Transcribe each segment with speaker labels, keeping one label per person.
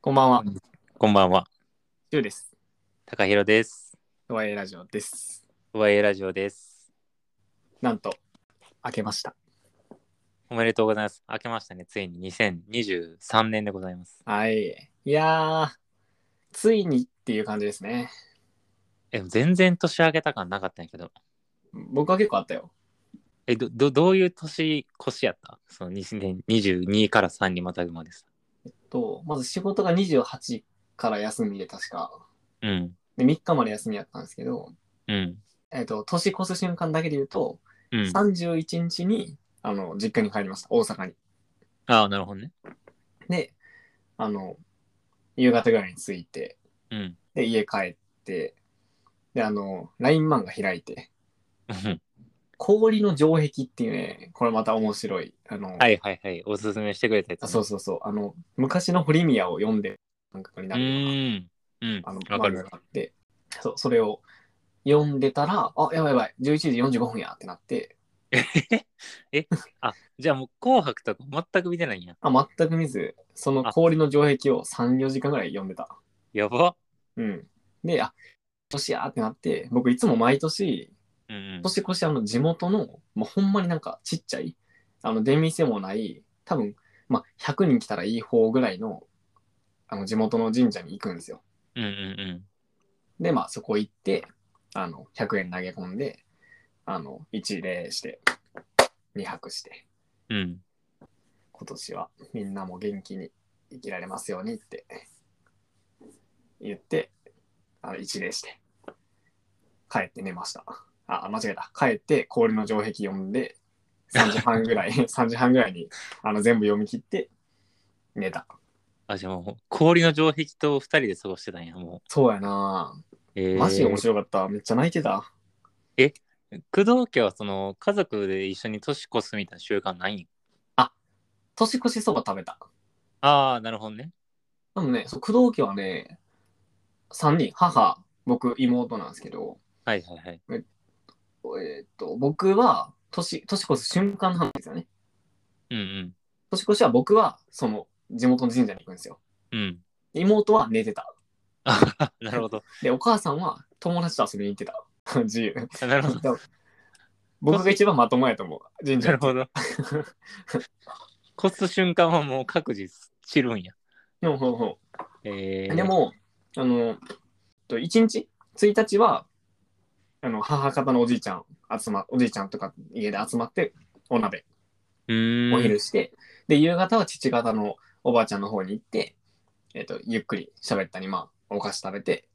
Speaker 1: こんばんは、
Speaker 2: こんばんは。
Speaker 1: ゆうです。
Speaker 2: 高弘です。
Speaker 1: とはいえラジオです。
Speaker 2: YA ラジオです。
Speaker 1: なんと、明けました。
Speaker 2: おめでとうございます。明けましたね。ついに2023年でございます。
Speaker 1: はい。いやー、ついにっていう感じですね。
Speaker 2: え、全然年明けた感なかったんやけど。
Speaker 1: 僕は結構あったよ。
Speaker 2: え、ど、どどういう年越しやったその2022から3にまたぐまでさ。
Speaker 1: と、まず仕事が28から休みで確か、
Speaker 2: うん。
Speaker 1: で3日まで休みやったんですけど、
Speaker 2: うん。
Speaker 1: えっ、と、年越す瞬間だけで言うと、
Speaker 2: うん。あ
Speaker 1: 31日に、あの、実家に帰りました。大阪に。
Speaker 2: あー、なるほどね。
Speaker 1: で、あの、夕方ぐらいに着いて、
Speaker 2: うん。
Speaker 1: で、家帰って、で、あの、LINE 漫画開いて、
Speaker 2: うん
Speaker 1: 氷の城壁っていうね、これまた面白い。あの、
Speaker 2: はいはいはい。おすすめしてくれたやつ、
Speaker 1: あそうそうそう、あの、昔の堀宮を読んでる感覚に
Speaker 2: う
Speaker 1: なるような、
Speaker 2: ーん。うん。
Speaker 1: あの、
Speaker 2: わか
Speaker 1: 漫画
Speaker 2: る
Speaker 1: が。あって、そう、それを読んでたら、あ、やばいやばい、11時45分やってなって、
Speaker 2: あ、じゃあもう紅白とか全く見てないんや。
Speaker 1: あ、全く見ず、その氷の城壁を3、4時間ぐらい読んでた。
Speaker 2: やば。
Speaker 1: うん。で、あ、年やってなって、僕いつも毎年、
Speaker 2: うんうん。
Speaker 1: 年越しあの地元の、まあ、ほんまになんかちっちゃいあの出店もない多分、まあ、100人来たらいい方ぐらいのあの地元の神社に行くんですよ
Speaker 2: うんうんうん。
Speaker 1: でまあそこ行ってあの100円投げ込んであの一礼して2泊して
Speaker 2: うん。
Speaker 1: 今年はみんなも元気に生きられますようにって言ってあの一礼して帰って寝ましたあ間違えた帰って氷の城壁読んで3時半ぐらい 3時半ぐらいにあの全部読み切って寝た
Speaker 2: あ、じゃあもう氷の城壁と2人で過ごしてたんや、もう。
Speaker 1: そうやな
Speaker 2: えー
Speaker 1: マジ面白かっためっちゃ泣いてた
Speaker 2: 工藤家はその家族で一緒に年越すみたいな習慣ないん
Speaker 1: 年越しそば食べた
Speaker 2: ああ、なるほどね。
Speaker 1: でもねそう工藤家はね3人母僕妹なんですけど、
Speaker 2: はいはいはい。
Speaker 1: えーっと、僕は年、年越す瞬間の話ですよね。
Speaker 2: うんうん。
Speaker 1: 年越しは僕は、その、地元の神社に行くんですよ。
Speaker 2: うん。
Speaker 1: で妹は寝てた。
Speaker 2: あはは なるほど。
Speaker 1: で、お母さんは友達と遊びに行ってた。 自由。
Speaker 2: なるほど。
Speaker 1: でも僕が一番まともやと思う。神
Speaker 2: な
Speaker 1: 社
Speaker 2: るほど。越す瞬間はもう各自散るんや。
Speaker 1: でも、ほうほ
Speaker 2: え
Speaker 1: う
Speaker 2: ー、
Speaker 1: で、も、あの、と1日 ?1 日は、あの、母方のおじいちゃん、集ま、おじいちゃんとか家で集まって、お鍋、
Speaker 2: うーん。
Speaker 1: お昼して、で、夕方は父方のおばあちゃんの方に行って、えっ、と、ゆっくり喋ったり、まあ、お菓子食べて、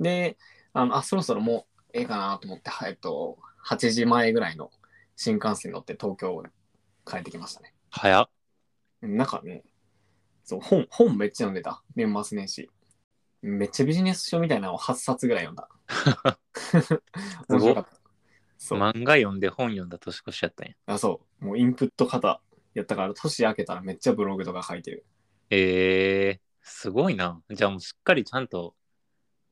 Speaker 1: で、あの、あ、そろそろもうええかなと思って、はえっ、と、8時前ぐらいの新幹線に乗って東京帰ってきましたね。
Speaker 2: 早っ。
Speaker 1: なんかね、そう、本、本めっちゃ読んでた。年末年始。めっちゃビジネス書みたいなのを8冊ぐらい読んだ。 面白かった。そう。
Speaker 2: 漫画読んで本読んだ年越しやったんや。
Speaker 1: あ、そう。もうインプット型やったから、年明けたらめっちゃブログとか書いてる。
Speaker 2: えー、すごいな。じゃあもうしっかりちゃんと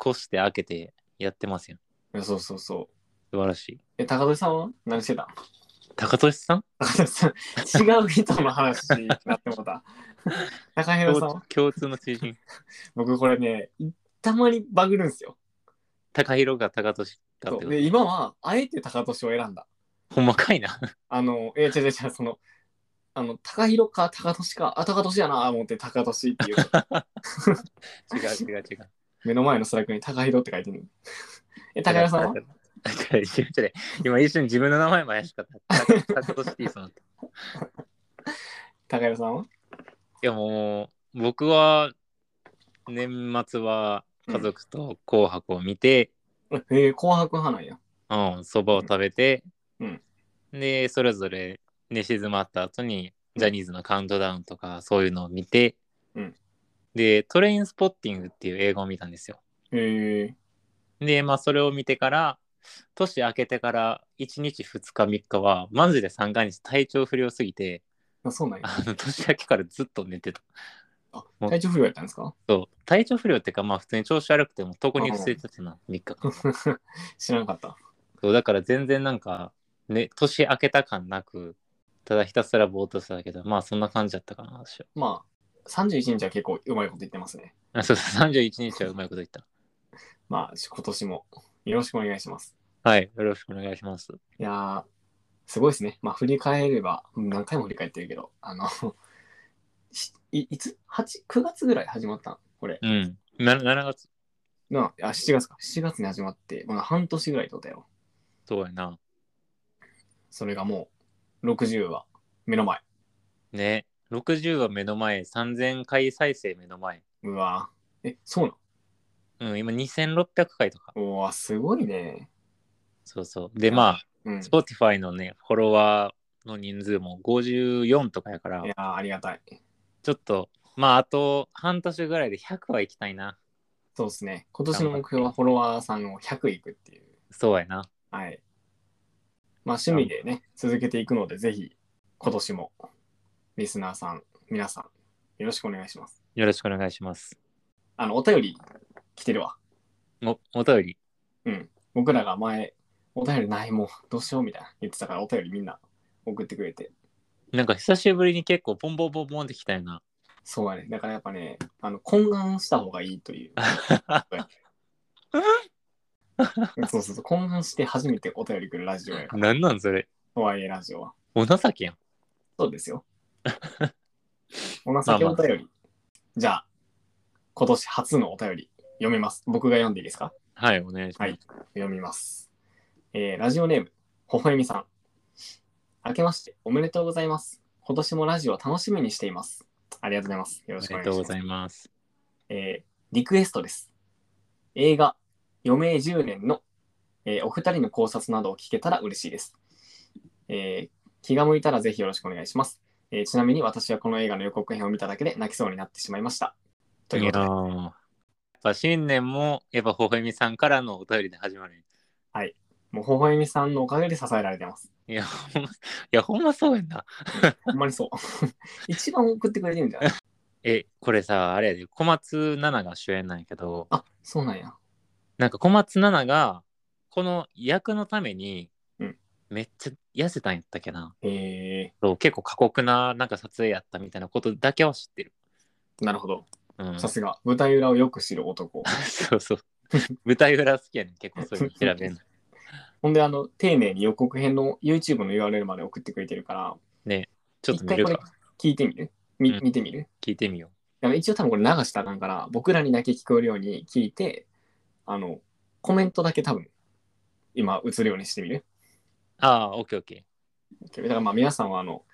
Speaker 2: 越して開けてやってますよ。
Speaker 1: いやそうそうそ
Speaker 2: 素晴らしい。
Speaker 1: う。え、高俊さんは何してた
Speaker 2: 高俊さん
Speaker 1: 高俊さん、違う人の話になっても うた。高弘さん
Speaker 2: 共
Speaker 1: は
Speaker 2: 共通の知人。
Speaker 1: 僕これね、たまにバグるんですよ。
Speaker 2: 高弘が高俊だっ
Speaker 1: そ
Speaker 2: て
Speaker 1: う
Speaker 2: こ
Speaker 1: で、
Speaker 2: と。
Speaker 1: 今は、あえて高俊を選んだ。
Speaker 2: ほんまかいな。
Speaker 1: あの、え、違う違う違う、その、あの、高弘か高俊か、あ、高俊やな、思って高俊 っていう。
Speaker 2: 違う違う違う。
Speaker 1: 目の前のスラックに高弘って書いてる。え、高弘さんは
Speaker 2: 違う違う違う今一瞬自分の名前も怪しかった。タクトシティさん。い
Speaker 1: 高弘さんは
Speaker 2: やもう僕は年末は家族と紅白を見て、
Speaker 1: えー、紅白派なんや。
Speaker 2: うん、そばを食べて、
Speaker 1: うん
Speaker 2: で、それぞれ寝静まった後にジャニーズのカウントダウンとかそういうのを見て、
Speaker 1: うん
Speaker 2: で、トレインスポッティングっていう映画を見たんですよ。
Speaker 1: えー、
Speaker 2: で、まあそれを見てから、年明けてから1日2日3日は、マジで3回日体調不良すぎて、
Speaker 1: あそうなんや。
Speaker 2: あの年明けからずっと寝てた。
Speaker 1: あ
Speaker 2: もう
Speaker 1: 体調不良やったんですか
Speaker 2: そう体調不良っていうか、まあ普通に調子悪くても、床に伏せてたな、3日間。
Speaker 1: 知らなかった。
Speaker 2: そうだから全然なんか、ね、年明けた感なく、ただひたすらぼーっとしてたけど、まあそんな感じだったかな、私は。
Speaker 1: まあ、 31日は結構うまいこと言ってますね。
Speaker 2: あそうそう、31日はうまいこと言った。
Speaker 1: まあ、し今年もよろしくお願いします。
Speaker 2: はい、よろしくお願いします。
Speaker 1: いやー、すごいですね。まあ、振り返れば、うん何回も振り返ってるけど、あの、 しいいつ ?8、9月ぐらい始まったんこれ。
Speaker 2: うん。な7月、
Speaker 1: なあ、7月か。7月に始まって、まだ半年ぐらいとだよ。
Speaker 2: そうやな。
Speaker 1: それがもう、60は目の前。
Speaker 2: ね、60は目の前、3000回再生目の前。
Speaker 1: うわーえ、そうな
Speaker 2: うん、今2600回とか。
Speaker 1: のうわすごいね。
Speaker 2: そうそう。で、ま
Speaker 1: うん。
Speaker 2: あ、
Speaker 1: い
Speaker 2: Spotify のね、フォロワーの人数も54とかやから、
Speaker 1: やーありがたい。
Speaker 2: ちょっと、まあ、あと半年ぐらいで100は行きたいな。
Speaker 1: そうですね。今年の目標はフォロワーさんを100いくっていう。
Speaker 2: そうやな。
Speaker 1: はい。まあ趣味でね、続けていくので、ぜひ今年もリスナーさん、皆さん、よろしくお願いします。
Speaker 2: よろしくお願いします。
Speaker 1: あの、お便り来てるわ。
Speaker 2: お、お便り。
Speaker 1: うん。僕らが前、お便りないもん、どうしようみたいな言ってたから、お便りみんな送ってくれて。
Speaker 2: なんか久しぶりに結構ポンポンポンポンってきたよな。
Speaker 1: そうやね。だからやっぱね、あの、懇願した方がいいという。そうそうそう、懇願して初めてお便り来るラジ オやから、
Speaker 2: なんなんそれ。
Speaker 1: とはいえラジオは。
Speaker 2: お情けやん。
Speaker 1: そうですよ。お情けお便り。じゃあ、今年初のお便り読みます。僕が読んでいいですか
Speaker 2: はい、お願いしま
Speaker 1: は
Speaker 2: す。
Speaker 1: い読みます。えーラジオネーム、ほほえみさん。明けましておめでとうございます。今年もラジオ楽しみにしています。ありがとうございます。よろしく
Speaker 2: あ
Speaker 1: お
Speaker 2: りが
Speaker 1: 願いし
Speaker 2: とう
Speaker 1: ます。
Speaker 2: ございます。
Speaker 1: えーリクエストです。映画、余命10年の、えーお二人の考察などを聞けたら嬉しいです。えー気が向いたらぜひよろしくお願いします、えーちなみに私はこの映画の予告編を見ただけで泣きそうになってしまいました。ということで、
Speaker 2: ーやっぱ新年も、やっぱほほえみさんからのお便りで始まるね。
Speaker 1: もう、ほほえみさんのおかげで支えられてます。
Speaker 2: いや、ほんま、いや、ほんまそうやんな。
Speaker 1: ほんまに そう。一番送ってくれてるんじゃない
Speaker 2: え、これさ、あれやで、小松菜奈が主演なんやけど、
Speaker 1: あ、そうなんや。
Speaker 2: なんか小松菜奈が、この役のために
Speaker 1: うん、
Speaker 2: めっちゃ痩せたんやったっけな。
Speaker 1: え
Speaker 2: そう結構過酷な、なんか撮影やったみたいなことだけは知ってる。
Speaker 1: ー、なるほど。
Speaker 2: うん。
Speaker 1: さすが、舞台裏をよく知る男。
Speaker 2: そうそう。舞台裏好きやねん、結構そういうの 調べんの。
Speaker 1: ほんで、あの、丁寧に予告編の YouTube の URL まで送ってくれてるから、
Speaker 2: ちょっと見る
Speaker 1: 一回
Speaker 2: か
Speaker 1: こ。聞いてみるみ、
Speaker 2: うん
Speaker 1: 見てみる
Speaker 2: 聞いてみよ
Speaker 1: だから一応多分これ流したらあかんから、僕らにだけ聞こえるように聞いて、あの、コメントだけ多分、今映るようにしてみる。
Speaker 2: う。ああ、オッケーオッケ
Speaker 1: だからまあ皆さんはあの、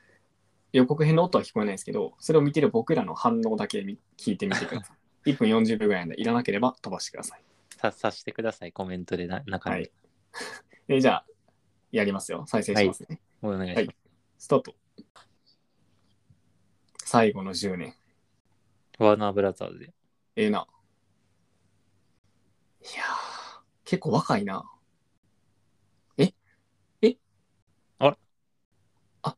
Speaker 1: 予告編の音は聞こえないですけど、それを見てる僕らの反応だけみ聞いてみてください。1分40秒ぐ らいなんで、いらなければ飛ばしてください。
Speaker 2: ー。さ、さしてください、コメントでな、中に。
Speaker 1: はいで、じゃあ、やりますよ。再生しますね。
Speaker 2: お願いします。
Speaker 1: はいスタート。最後の10年。
Speaker 2: ワーナーブラザーズで。
Speaker 1: ええな。いやー、結構若いな。ええ
Speaker 2: あれ
Speaker 1: あ、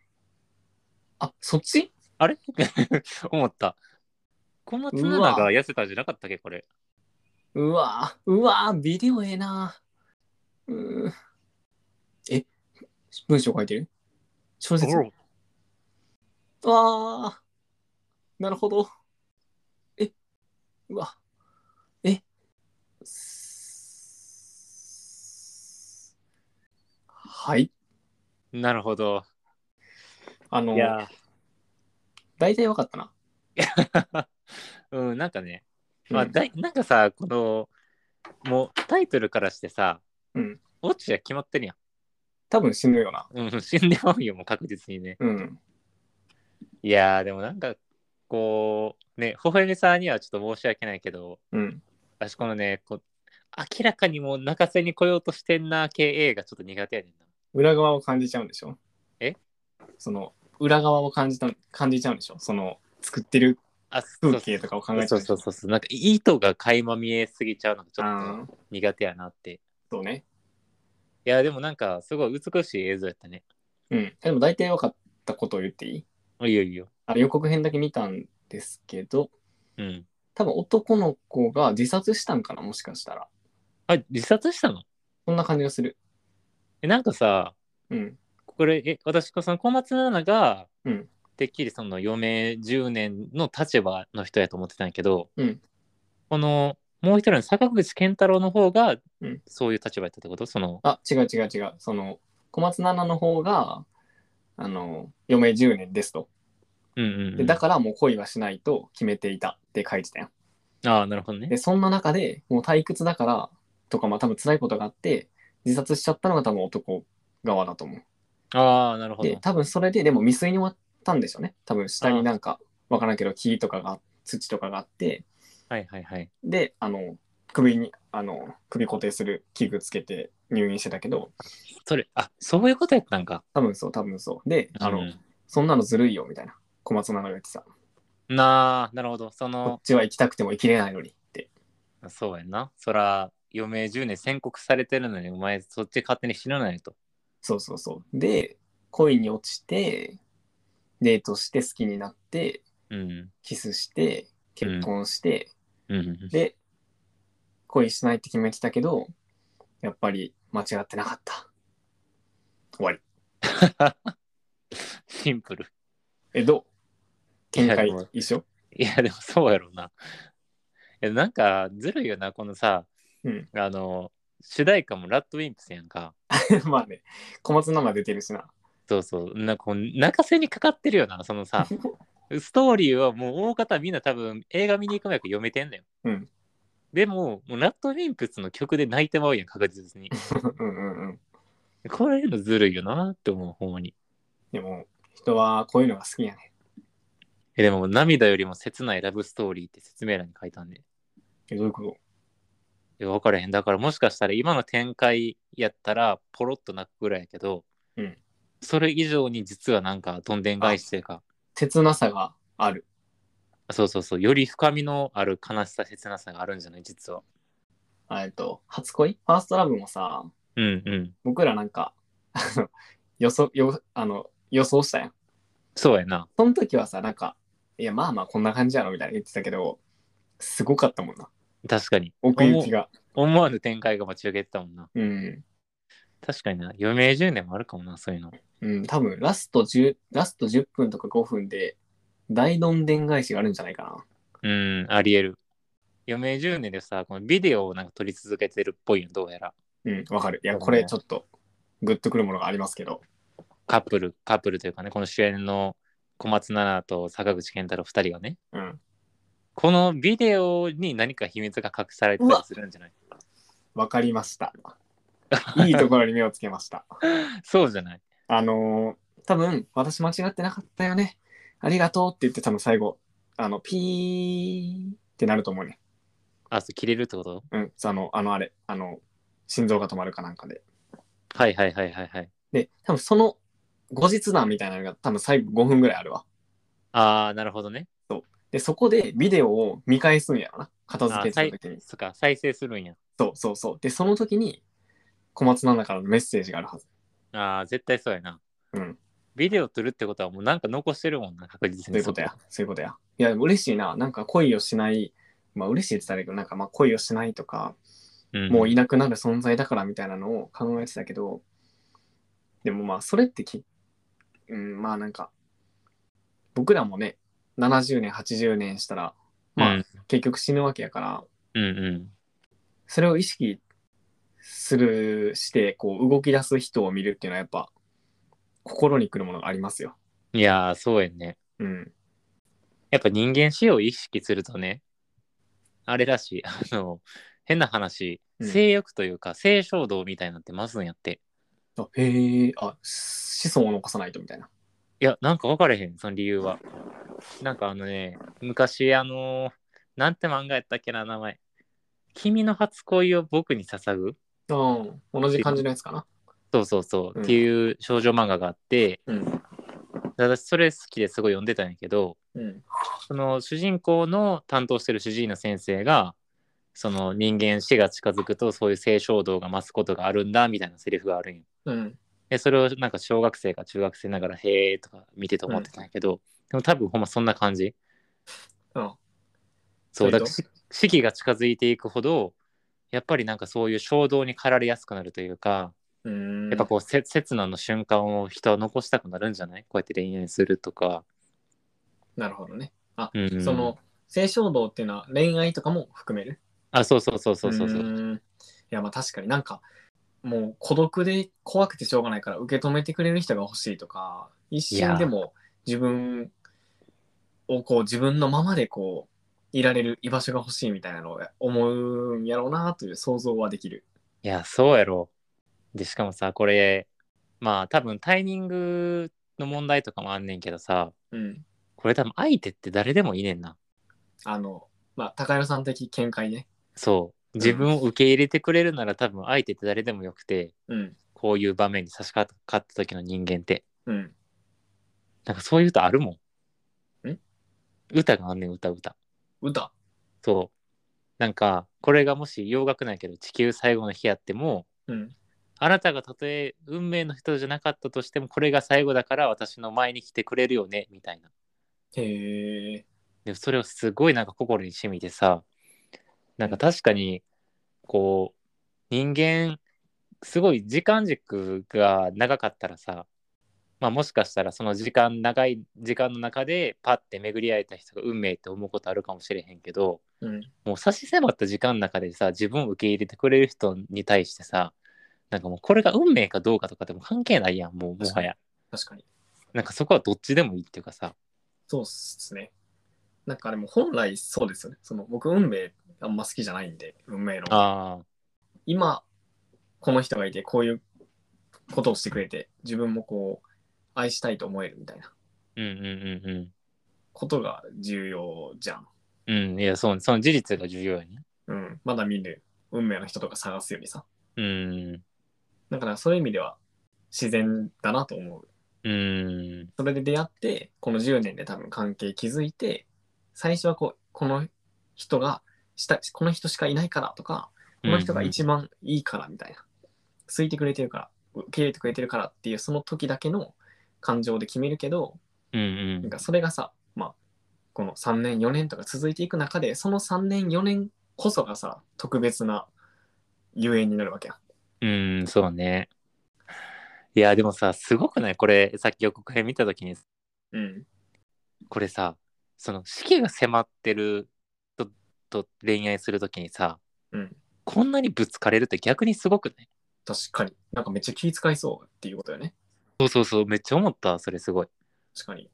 Speaker 1: あ、そっち
Speaker 2: あれ 思った。小松菜奈が痩せたんじゃなかったっけこれ。
Speaker 1: うわー、うわー、ビデオええな。うーん。え文章書いてる小説
Speaker 2: おう
Speaker 1: わあ、なるほど。え、うわ、え、すはい。
Speaker 2: なるほど。
Speaker 1: あの
Speaker 2: い、や
Speaker 1: 大体わかったな。
Speaker 2: ー うん、なんかね、まあ、
Speaker 1: うん
Speaker 2: だいなんかさ、この、もうタイトルからしてさ、
Speaker 1: うん
Speaker 2: オチは決まってるや
Speaker 1: 多分死ぬよな。
Speaker 2: ん。うん、死んでまうよ、もう確実にね。
Speaker 1: うん。
Speaker 2: いやー、でもなんか、こう、ね、ほほえみさんにはちょっと申し訳ないけど、
Speaker 1: うん。
Speaker 2: 私このね、こう明らかにもう泣かせに来ようとしてんな系映画ちょっと苦手やねんな。
Speaker 1: 裏側を感じちゃうんでしょ
Speaker 2: え
Speaker 1: その、裏側を感じた、感じちゃうんでしょその、作ってる
Speaker 2: あ、そう
Speaker 1: 風景とかを考えち
Speaker 2: そ
Speaker 1: ゃ
Speaker 2: う
Speaker 1: う
Speaker 2: そう
Speaker 1: う
Speaker 2: そうそう。なんか意図が垣間見えすぎちゃうのがち
Speaker 1: そう。
Speaker 2: ょ
Speaker 1: あ
Speaker 2: っ
Speaker 1: ー
Speaker 2: と苦手やなって。い
Speaker 1: そうね。
Speaker 2: や、でもなんかすごい美しい映像やったね。
Speaker 1: うん。でも大体わかったことを言っていい
Speaker 2: いいよいいよ。
Speaker 1: あの予告編だけ見たんですけど、
Speaker 2: うん。
Speaker 1: 多分男の子が自殺したんかなもしかしたら。
Speaker 2: あ、自殺したの
Speaker 1: そんな感じがする。
Speaker 2: え、なんかさ、
Speaker 1: うん。
Speaker 2: これ、え、私、その小松菜奈が、
Speaker 1: うん
Speaker 2: てっきりその嫁10年の立場の人やと思ってたんやけど、
Speaker 1: うん
Speaker 2: このもう一人の坂口健太郎の方が
Speaker 1: うん
Speaker 2: そういう立場やったってことその
Speaker 1: あ、違う違う違う。その、小松菜奈の方が、あの、余命10年ですと。
Speaker 2: うんうんう
Speaker 1: で
Speaker 2: ん
Speaker 1: だからもう恋はしないと決めていたって書いてたよ。
Speaker 2: ああなるほどね
Speaker 1: で、そんな中で、もう退屈だからとか、まあ多分辛いことがあって、自殺しちゃったのが多分男側だと思
Speaker 2: ああなるほ
Speaker 1: う。で
Speaker 2: ど、
Speaker 1: 多分それで、でも未遂に終わったんでしょうね。多分下になんか、わからんけど、木とかが、土とかがあって、
Speaker 2: はいはいはい
Speaker 1: で、あの、首に、あの、首固定する器具つけて入院してたけど、
Speaker 2: それあそういうことやったんか
Speaker 1: 多分そう、多分そう。で、あの、
Speaker 2: うん
Speaker 1: そんなのずるいよ、みたいな。小松菜奈が言ってさ、
Speaker 2: なあなるほどそ
Speaker 1: こ
Speaker 2: の
Speaker 1: っちは行きたくても行きれないのにって。
Speaker 2: そうやんなそら余命10年宣告されてるのにお前そっち勝手に死なないと
Speaker 1: そうそうそう。で、恋に落ちて、デートして好きになって、
Speaker 2: うん
Speaker 1: キスして、結婚して、
Speaker 2: うんうん
Speaker 1: で、恋しないって決めてたけど、やっぱり間違ってなかった。終わり。
Speaker 2: シンプル
Speaker 1: え、どう
Speaker 2: い
Speaker 1: 見
Speaker 2: や
Speaker 1: 解
Speaker 2: でも
Speaker 1: 一緒
Speaker 2: いやでもそうやろうな。いやなんかずるいよなこのさ、
Speaker 1: うん
Speaker 2: あの主題歌もラッドウィンプスやんか。
Speaker 1: まあね、小松菜奈出てるしな。
Speaker 2: そうそうなんかこう泣かせにかかってるよなそのさストーリーはもう大方みんな多分映画見に行く前から読めてんだよ。
Speaker 1: うん
Speaker 2: でももうラッドウィンプスの曲で泣いてまうやん確実に。
Speaker 1: うんうんうん。
Speaker 2: これのずるいよなって思うほんまに。
Speaker 1: でも、人はこういうのが好きやね。
Speaker 2: えでも涙よりも切ないラブストーリーって説明欄に書いたんで。
Speaker 1: え、どういうこと
Speaker 2: いや分からへん。だからもしかしたら今の展開やったらポロッと泣くぐらいやけど、
Speaker 1: うん
Speaker 2: それ以上に実はなんかどんでん返しというか、
Speaker 1: 切なさがある。
Speaker 2: そうそうそう、より深みのある悲しさ、切なさがあるんじゃない実は。
Speaker 1: あえっと、初恋ファーストラブもさ、
Speaker 2: うんうん。
Speaker 1: 僕らなんか、 あの予想、よあの予想したやん。
Speaker 2: そうやな。
Speaker 1: その時はさ、なんか、いや、まあまあこんな感じやろみたいな言ってたけど、すごかったもんな。
Speaker 2: 確かに。
Speaker 1: 奥行きが。
Speaker 2: 思思わぬ展開が待ち受けてたもんな。
Speaker 1: うん。
Speaker 2: 確かにな。余命10年もあるかもな、そういうの。
Speaker 1: うん、多分ラスト10、ラスト10分とか5分で、大どんでん返しがあるんじゃないかな。
Speaker 2: うん、ありえる。余命10年でさ、このビデオをなんか撮り続けてるっぽいよ、どうやら。
Speaker 1: うん、わかる。いや、
Speaker 2: そうね
Speaker 1: これちょっと、グッとくるものがありますけど。
Speaker 2: カップル、カップルというかね、この主演の小松菜奈と坂口健太郎2人がね、
Speaker 1: うん。
Speaker 2: このビデオに何か秘密が隠されてたりするんじゃない
Speaker 1: わかりま した。いいところに目をつけました。
Speaker 2: そうじゃない
Speaker 1: あのー多分、私間違ってなかったよね。ありがとうって言って、多分最後、あの、ピーってなると思うね。
Speaker 2: あ、そう、切れるってこと
Speaker 1: うん、あの、あのあれ、あの、心臓が止まるかなんかで。
Speaker 2: はいはいはいはいはい。
Speaker 1: で、多分その後日談みたいなのが多分最後5分ぐらいあるわ。
Speaker 2: あー、なるほどね。
Speaker 1: で、そこでビデオを見返すんやろな。片付
Speaker 2: あ
Speaker 1: けて
Speaker 2: ー再
Speaker 1: た時に。
Speaker 2: そっか、再生するんや。
Speaker 1: そうそうそう。で、その時に小松菜奈からのメッセージがあるはず。
Speaker 2: あー、絶対そうやな。
Speaker 1: うん。
Speaker 2: ビデオ撮るってことはもうなんか残してるもんな、確実
Speaker 1: そうい
Speaker 2: に。
Speaker 1: うことや。そういうことや。いや、でも嬉しいな。なんか恋をしない。まあ嬉しいって言ったらいいけど、なんかまあ恋をしないとか、
Speaker 2: そこ。うん、
Speaker 1: もういなくなる存在だからみたいなのを考えてたけど、でもまあそれってき、うん、まあなんか、僕らもね、70年、80年したら、まあ、
Speaker 2: うん
Speaker 1: 結局死ぬわけやから、
Speaker 2: うんうん。
Speaker 1: それを意識する、して、こう動き出す人を見るっていうのはやっぱ、心に来るものがありますよ。
Speaker 2: いやー、そうやね。
Speaker 1: うん。
Speaker 2: やっぱ人間死を意識するとね、あれらしい、あの、変な
Speaker 1: う
Speaker 2: 話、
Speaker 1: ん
Speaker 2: 性欲というか、性衝動みたいになってますんやって。
Speaker 1: あへえ、あ、子孫を残さないとみたいな。
Speaker 2: いや、なんか分かれへん、その理由は。なんかあのね、昔、あのーなんて漫画やったっけな、名前。君の初恋を僕に捧ぐ
Speaker 1: うん。同じ感じのやつかな。
Speaker 2: そうそうそう、
Speaker 1: うん
Speaker 2: っていう少女漫画があって、
Speaker 1: うん。
Speaker 2: 私それ好きですごい読んでたんやけど、
Speaker 1: うん。
Speaker 2: その主人公の担当してる主治医の先生が、その人間死が近づくとそういう性衝動が増すことがあるんだみたいなセリフがあるんよ。
Speaker 1: うん。
Speaker 2: でそれをなんか小学生か中学生ながら「へーとか見てて思ってたんやけど、でも多分ほんまそんな感じ。
Speaker 1: うん
Speaker 2: そう
Speaker 1: それ
Speaker 2: だ
Speaker 1: と
Speaker 2: からし四季が近づいていくほどやっぱりなんかそういう衝動に駆られやすくなるというか、
Speaker 1: うん。
Speaker 2: やっぱこうせ刹那の瞬間を人は残したくなるんじゃないこうやって恋愛するとか
Speaker 1: なるほどね。
Speaker 2: うんうん
Speaker 1: その、性衝動っていうのは恋愛とかも含める
Speaker 2: あそうそうそうそうそうそう
Speaker 1: ー
Speaker 2: うん
Speaker 1: いやまあ確かになんかもう孤独で怖くてしょうがないから受け止めてくれる人が欲しいとか一瞬でも自分をこう自分のままでこういられる居場所が欲しいみたいなのを思うんやろうなという想像はできる。
Speaker 2: いやそうやろでしかもさこれまあ多分タイミングの問題とかもあんねんけどさ
Speaker 1: うん、
Speaker 2: これ多分相手って誰でもいいねんな
Speaker 1: あのまあ高弘さん的見解ね。
Speaker 2: そう自分を受け入れてくれるなら多分相手って誰でもよくて
Speaker 1: うん
Speaker 2: こういう場面に差し掛かった時の人間って
Speaker 1: うん、
Speaker 2: なんかそういう歌あるもん
Speaker 1: ん
Speaker 2: 歌があんねん歌歌
Speaker 1: 歌
Speaker 2: そうなんかこれがもし洋楽なんやけど地球最後の日やっても
Speaker 1: うん
Speaker 2: あなたがたとえ運命の人じゃなかったとしてもこれが最後だから私の前に来てくれるよねみたいな
Speaker 1: へえ
Speaker 2: でそれをすごいなんか心に染みてさなんか確かにこう人間すごい時間軸が長かったらさまあもしかしたらその時間長い時間の中でパッて巡り合えた人が運命って思うことあるかもしれへんけど
Speaker 1: うん
Speaker 2: もう差し迫った時間の中でさ自分を受け入れてくれる人に対してさなんかもうこれが運命かどうかとかでも関係ないやんもうもはや
Speaker 1: 確かに
Speaker 2: なんかそこはどっちでもいいっていうかさ
Speaker 1: そうっすね。なんかでも本来そうですよね。その僕運命あんま好きじゃないんで、運命論。
Speaker 2: ああ
Speaker 1: 今、この人がいて、こういうことをしてくれて、自分もこう、愛したいと思えるみたいな
Speaker 2: うんうんうんうん
Speaker 1: ことが重要じゃん。
Speaker 2: うん、いや、そう、その事実が重要やね。
Speaker 1: うん。まだ見る運命の人とか探すよりさ。
Speaker 2: うん、
Speaker 1: だからそういう意味では自然だなと思う。
Speaker 2: うん、
Speaker 1: それで出会って、この10年で多分関係築いて、最初はこう、この人がした、この人しかいないからとか、この人が一番いいからみたいな。好いてくれてるから、受け入れてくれてるからっていう、その時だけの感情で決めるけど、
Speaker 2: うん、う
Speaker 1: なんんかそれがさ、まあ、この3年、4年とか続いていく中で、その3年、4年こそがさ、特別な遊園になるわけや。
Speaker 2: うん、うん、そうね。いや、でもさ、すごくないこれ、さっき予告編見たときに、
Speaker 1: うん。
Speaker 2: これさ、その、死期が迫ってる人と恋愛するときにさ、
Speaker 1: うん
Speaker 2: こんなにぶつかれるって逆にすごくない
Speaker 1: 確かに。なんかめっちゃ気遣いそうっていうことよね。
Speaker 2: そうそうそう、めっちゃ思った、それすごい。
Speaker 1: 確かに。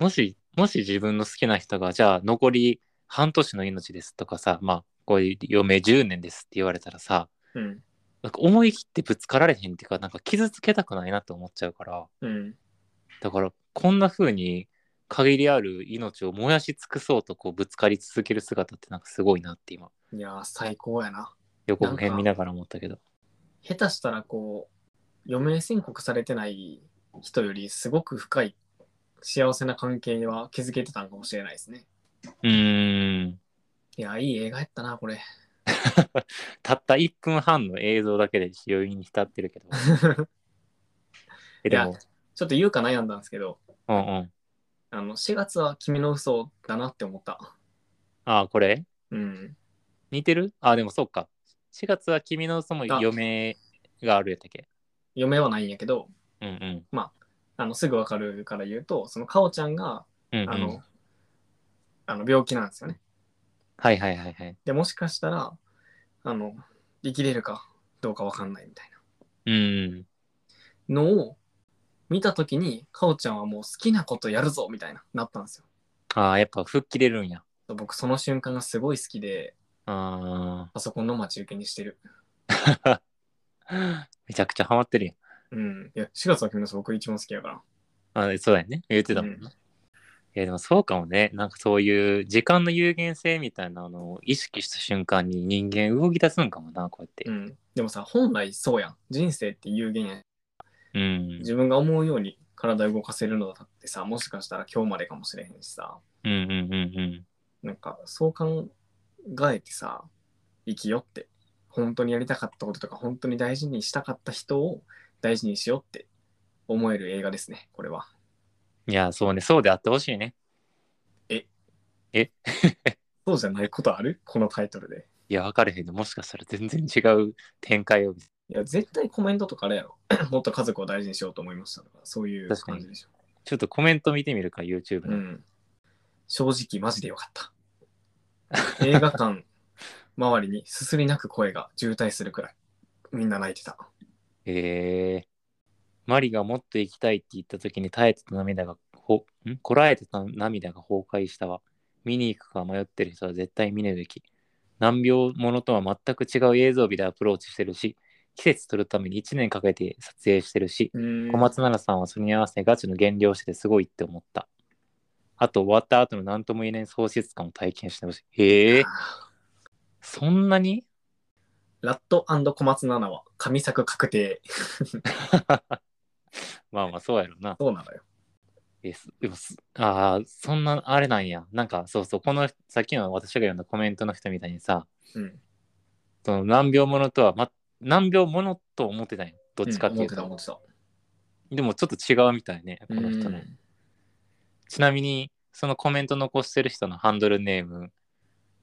Speaker 2: もし、もし自分の好きな人が、じゃあ、残り半年の命ですとかさ、まあ、こういう余命10年ですって言われたらさ、
Speaker 1: うん。
Speaker 2: なんか思い切ってぶつかられへんっていうか、なんか傷つけたくないなって思っちゃうから、
Speaker 1: うん。
Speaker 2: だからこんな風に限りある命を燃やし尽くそうとこうぶつかり続ける姿ってなんかすごいなって今、
Speaker 1: いやー、最高やな。
Speaker 2: 予告編見ながら思ったけど。
Speaker 1: 下手したらこう余命宣告されてない人よりすごく深い幸せな関係は築けてたんかもしれないですね。
Speaker 2: うーん。
Speaker 1: いや、いい映画やったな、これ。
Speaker 2: たった1分半の映像だけで余韻に浸って るけど。え、でも、
Speaker 1: ちょっと言うか悩んだんですけど、
Speaker 2: うんうん。
Speaker 1: あの、4月は君の嘘だなって思った。
Speaker 2: ああ、これ
Speaker 1: うん。
Speaker 2: 似てるああ、でもそうか。4月は君の嘘も余命があるやったっけ
Speaker 1: 余命はないんやけど、
Speaker 2: うんうん。
Speaker 1: あの、すぐわかるから言うと、その、かおちゃんが、
Speaker 2: うん、うん。
Speaker 1: あの、あの病気なんですよね。
Speaker 2: はいはいはいはい。
Speaker 1: で、もしかしたら、あの、生きれるかどうかわかんないみたいな。
Speaker 2: うん。
Speaker 1: のを見た時にかおちゃんはもう好きなことやるぞみたいななったんです
Speaker 2: ああ、やっぱ吹っ切れるんや。
Speaker 1: よ僕その瞬間がすごい好きで
Speaker 2: あ
Speaker 1: パソコンの待ち受けにしてる
Speaker 2: あ。めちゃくちゃハマってるやん。
Speaker 1: うんいや4月は君の僕一番好きやから
Speaker 2: あそうだよね。言ってたもんな。
Speaker 1: うん
Speaker 2: いや、でもそうかもね。なんかそういう時間の有限性みたいなのを意識した瞬間に人間動き出すんかもな、こうやって
Speaker 1: う。んでもさ本来そうやん人生って有限やん
Speaker 2: うん。
Speaker 1: 自分が思うように体動かせるのだってさもしかしたら今日までかもしれへんしさ
Speaker 2: うんうんうんうん。
Speaker 1: なんかそう考えてさ生きよって本当にやりたかったこととか本当に大事にしたかった人を大事にしようって思える映画ですねこれはい
Speaker 2: や、そうね。そうであってほしいね。
Speaker 1: そうじゃないことあるこのタイトルで。
Speaker 2: いや、分かれへんで、もしかしたら全然違う展開を見せ
Speaker 1: いや、絶対コメントとかあれやろ。 もっと家族を大事にしようと思いましたとか、そういう感じでしょ。
Speaker 2: ちょっとコメント見てみるか、YouTube
Speaker 1: う
Speaker 2: の。
Speaker 1: ん。正直マジでよか った。映画館周りにすすり泣く声が渋滞するくらい、みんな泣いてた。
Speaker 2: えー、マリがもっと行きたいって言った時に耐えてた涙がほんこらえてた涙が崩壊したわ見に行くか迷ってる人は絶対見ぬべき難病ものとは全く違う映像美でアプローチしてるし季節撮るために1年かけて撮影してるし
Speaker 1: うん
Speaker 2: 小松菜奈さんはそれに合わせガチの減量しててすごいって思ったあと終わった後の何とも言えない喪失感を体験してほしいへえそんなに
Speaker 1: ラット小松菜奈は神作確定。
Speaker 2: まあまあそうやろな
Speaker 1: そうなのよ。
Speaker 2: え、すでもす、ああ、そんな、あれなんや。なんか、そうそう、この、さっきの私が読んだコメントの人みたいにさ、
Speaker 1: うん。
Speaker 2: その難病者とは、ま、難病者と思ってたんや。どっちかって
Speaker 1: 思
Speaker 2: い
Speaker 1: っ
Speaker 2: う
Speaker 1: て
Speaker 2: と。
Speaker 1: た思ってた。
Speaker 2: でも、ちょっと違うみたいね、この人
Speaker 1: う
Speaker 2: の。
Speaker 1: ん
Speaker 2: ちなみに、そのコメント残してる人のハンドルネーム、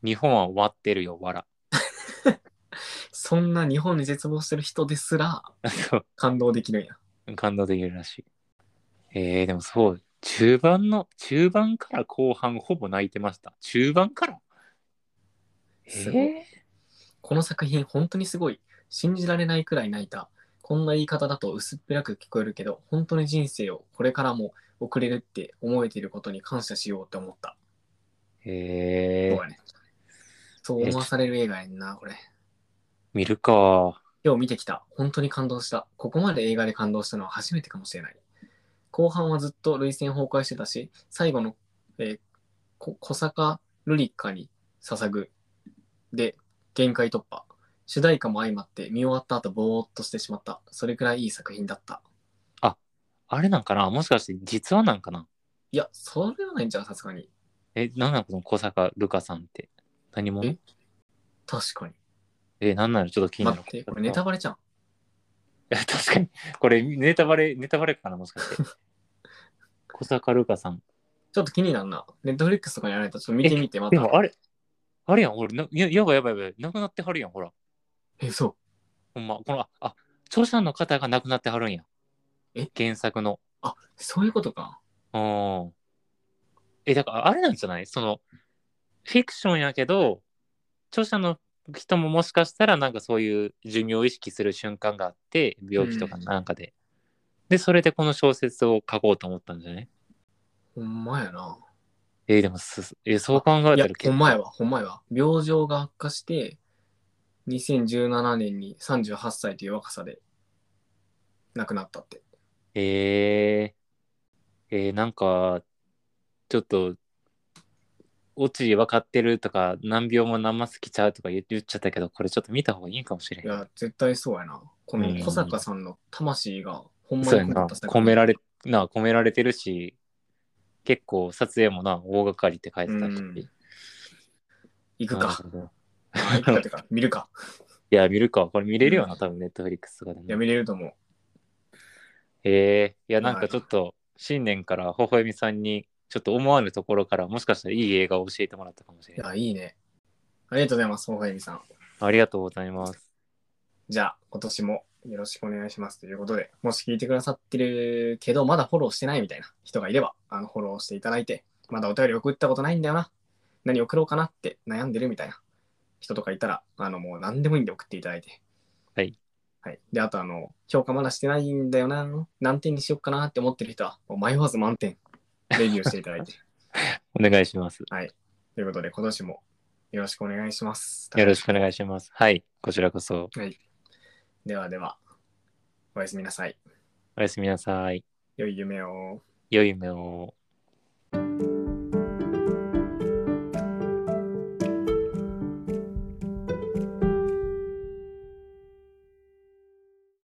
Speaker 2: 日本は終わってるよ、わら。
Speaker 1: そんな日本に絶望してる人ですら感動できるんや。
Speaker 2: 感動できるらしい。えー、でもそう、中盤の、中盤から後半、ほぼ泣いてました。中盤から
Speaker 1: すごい
Speaker 2: えー
Speaker 1: この作品本当にすごい。信じられないくらい泣いた。こんな言い方だと薄っぺらく聞こえるけど、本当に人生をこれからも送れるって思えていることに感謝しようって思った。
Speaker 2: えー
Speaker 1: そうやね。そう思わされる映画やんな、これ。
Speaker 2: 見るか。
Speaker 1: 今日見てきた。本当に感動した。ここまで映画で感動したのは初めてかもしれない。後半はずっと累戦崩壊してたし、最後の、えーこ小坂ルリカに捧ぐ。で、限界突破。主題歌も相まって見終わった後ぼーっとしてしまった。それくらいいい作品だった。
Speaker 2: あれなんかなもしかして実はなんかない
Speaker 1: や、それはないんじゃん、さすがに。
Speaker 2: え、なんなのこの小坂ルカさんって。何者
Speaker 1: え確かに。
Speaker 2: え、なんなのちょっと気にな
Speaker 1: 待
Speaker 2: る。
Speaker 1: って、これネ タバレじゃん。
Speaker 2: いや、確かに。これネタバレ、ネタバレかなもしか して。小坂ルカさん。
Speaker 1: ちょっと気になるな。ネットフリックスとかにあれたらちょっと見てみて、ま
Speaker 2: で
Speaker 1: た。
Speaker 2: もあれ、あれやん、俺、ないややばいやばいやばい。亡くなってはるやん、ほら。
Speaker 1: え、そう。
Speaker 2: ほんま、この、あ、あ著者の方が亡くなってはるんや。
Speaker 1: え
Speaker 2: 原作の。
Speaker 1: あ、そういうことか。
Speaker 2: うん。え、だからあれなんじゃないその、フィクションやけど、著者の人ももしかしたらなんかそういう寿命を意識する瞬間があって、病気とかなんかで。で、それでこの小説を書こうと思ったんじゃない
Speaker 1: ほんまやな。
Speaker 2: えーでもす、えーそう考え
Speaker 1: い
Speaker 2: た
Speaker 1: や
Speaker 2: ら、
Speaker 1: ほ
Speaker 2: 結
Speaker 1: ん
Speaker 2: 構
Speaker 1: まやわ、ほんまやわ。病状が悪化して、2017年に38歳という若さで亡くなったって。
Speaker 2: えー、えーなんか、ちょっと、オチ分かってるとか、難病も生好きちゃうとか言言っちゃったけど、これちょっと見た方がいいかもしれん
Speaker 1: い。や、絶対そうやな。この
Speaker 2: うん
Speaker 1: 小坂さんの魂がほんま
Speaker 2: そう
Speaker 1: に
Speaker 2: や
Speaker 1: こ
Speaker 2: な
Speaker 1: も
Speaker 2: 込められな込められてるし結構撮影もな大掛かりって書いてたし、
Speaker 1: うん行く か。
Speaker 2: なるほど
Speaker 1: 行くかってか、見るか。
Speaker 2: いや見るかこれ見れるよな、
Speaker 1: うん
Speaker 2: 多分ネットフリックスとかで
Speaker 1: いや、
Speaker 2: も
Speaker 1: 見れると思う。
Speaker 2: えー、いやなんかちょっと新年から微笑みさんにちょっと思わぬところからもしかしたらいい映画を教えてもらったかもしれ
Speaker 1: い
Speaker 2: ない
Speaker 1: や、いいね。ありがとうございます、ほほえみさん。
Speaker 2: ありがとうございます
Speaker 1: じゃあ、今年もよろしくお願いしますということで、もし聞いてくださってるけど、まだフォローしてないみたいな人がいれば、あの、フォローしていただいて、まだお便り送ったことないんだよな。何送ろうかなって悩んでるみたいな人とかいたら、あの、もう何でもいいんで送っていただいて。
Speaker 2: はい。
Speaker 1: はい。で、あと、あの、評価まだしてないんだよな。何点にしようかなって思ってる人は、もう迷わず満点、レビューしていた だいて。
Speaker 2: お願いします
Speaker 1: ということで、今年もよろしくお願いします。
Speaker 2: よろしくお願いしますはいこちらこそ
Speaker 1: ではでは、おやすみなさい。
Speaker 2: おやすみなさい
Speaker 1: 良い夢を。
Speaker 2: 良い夢を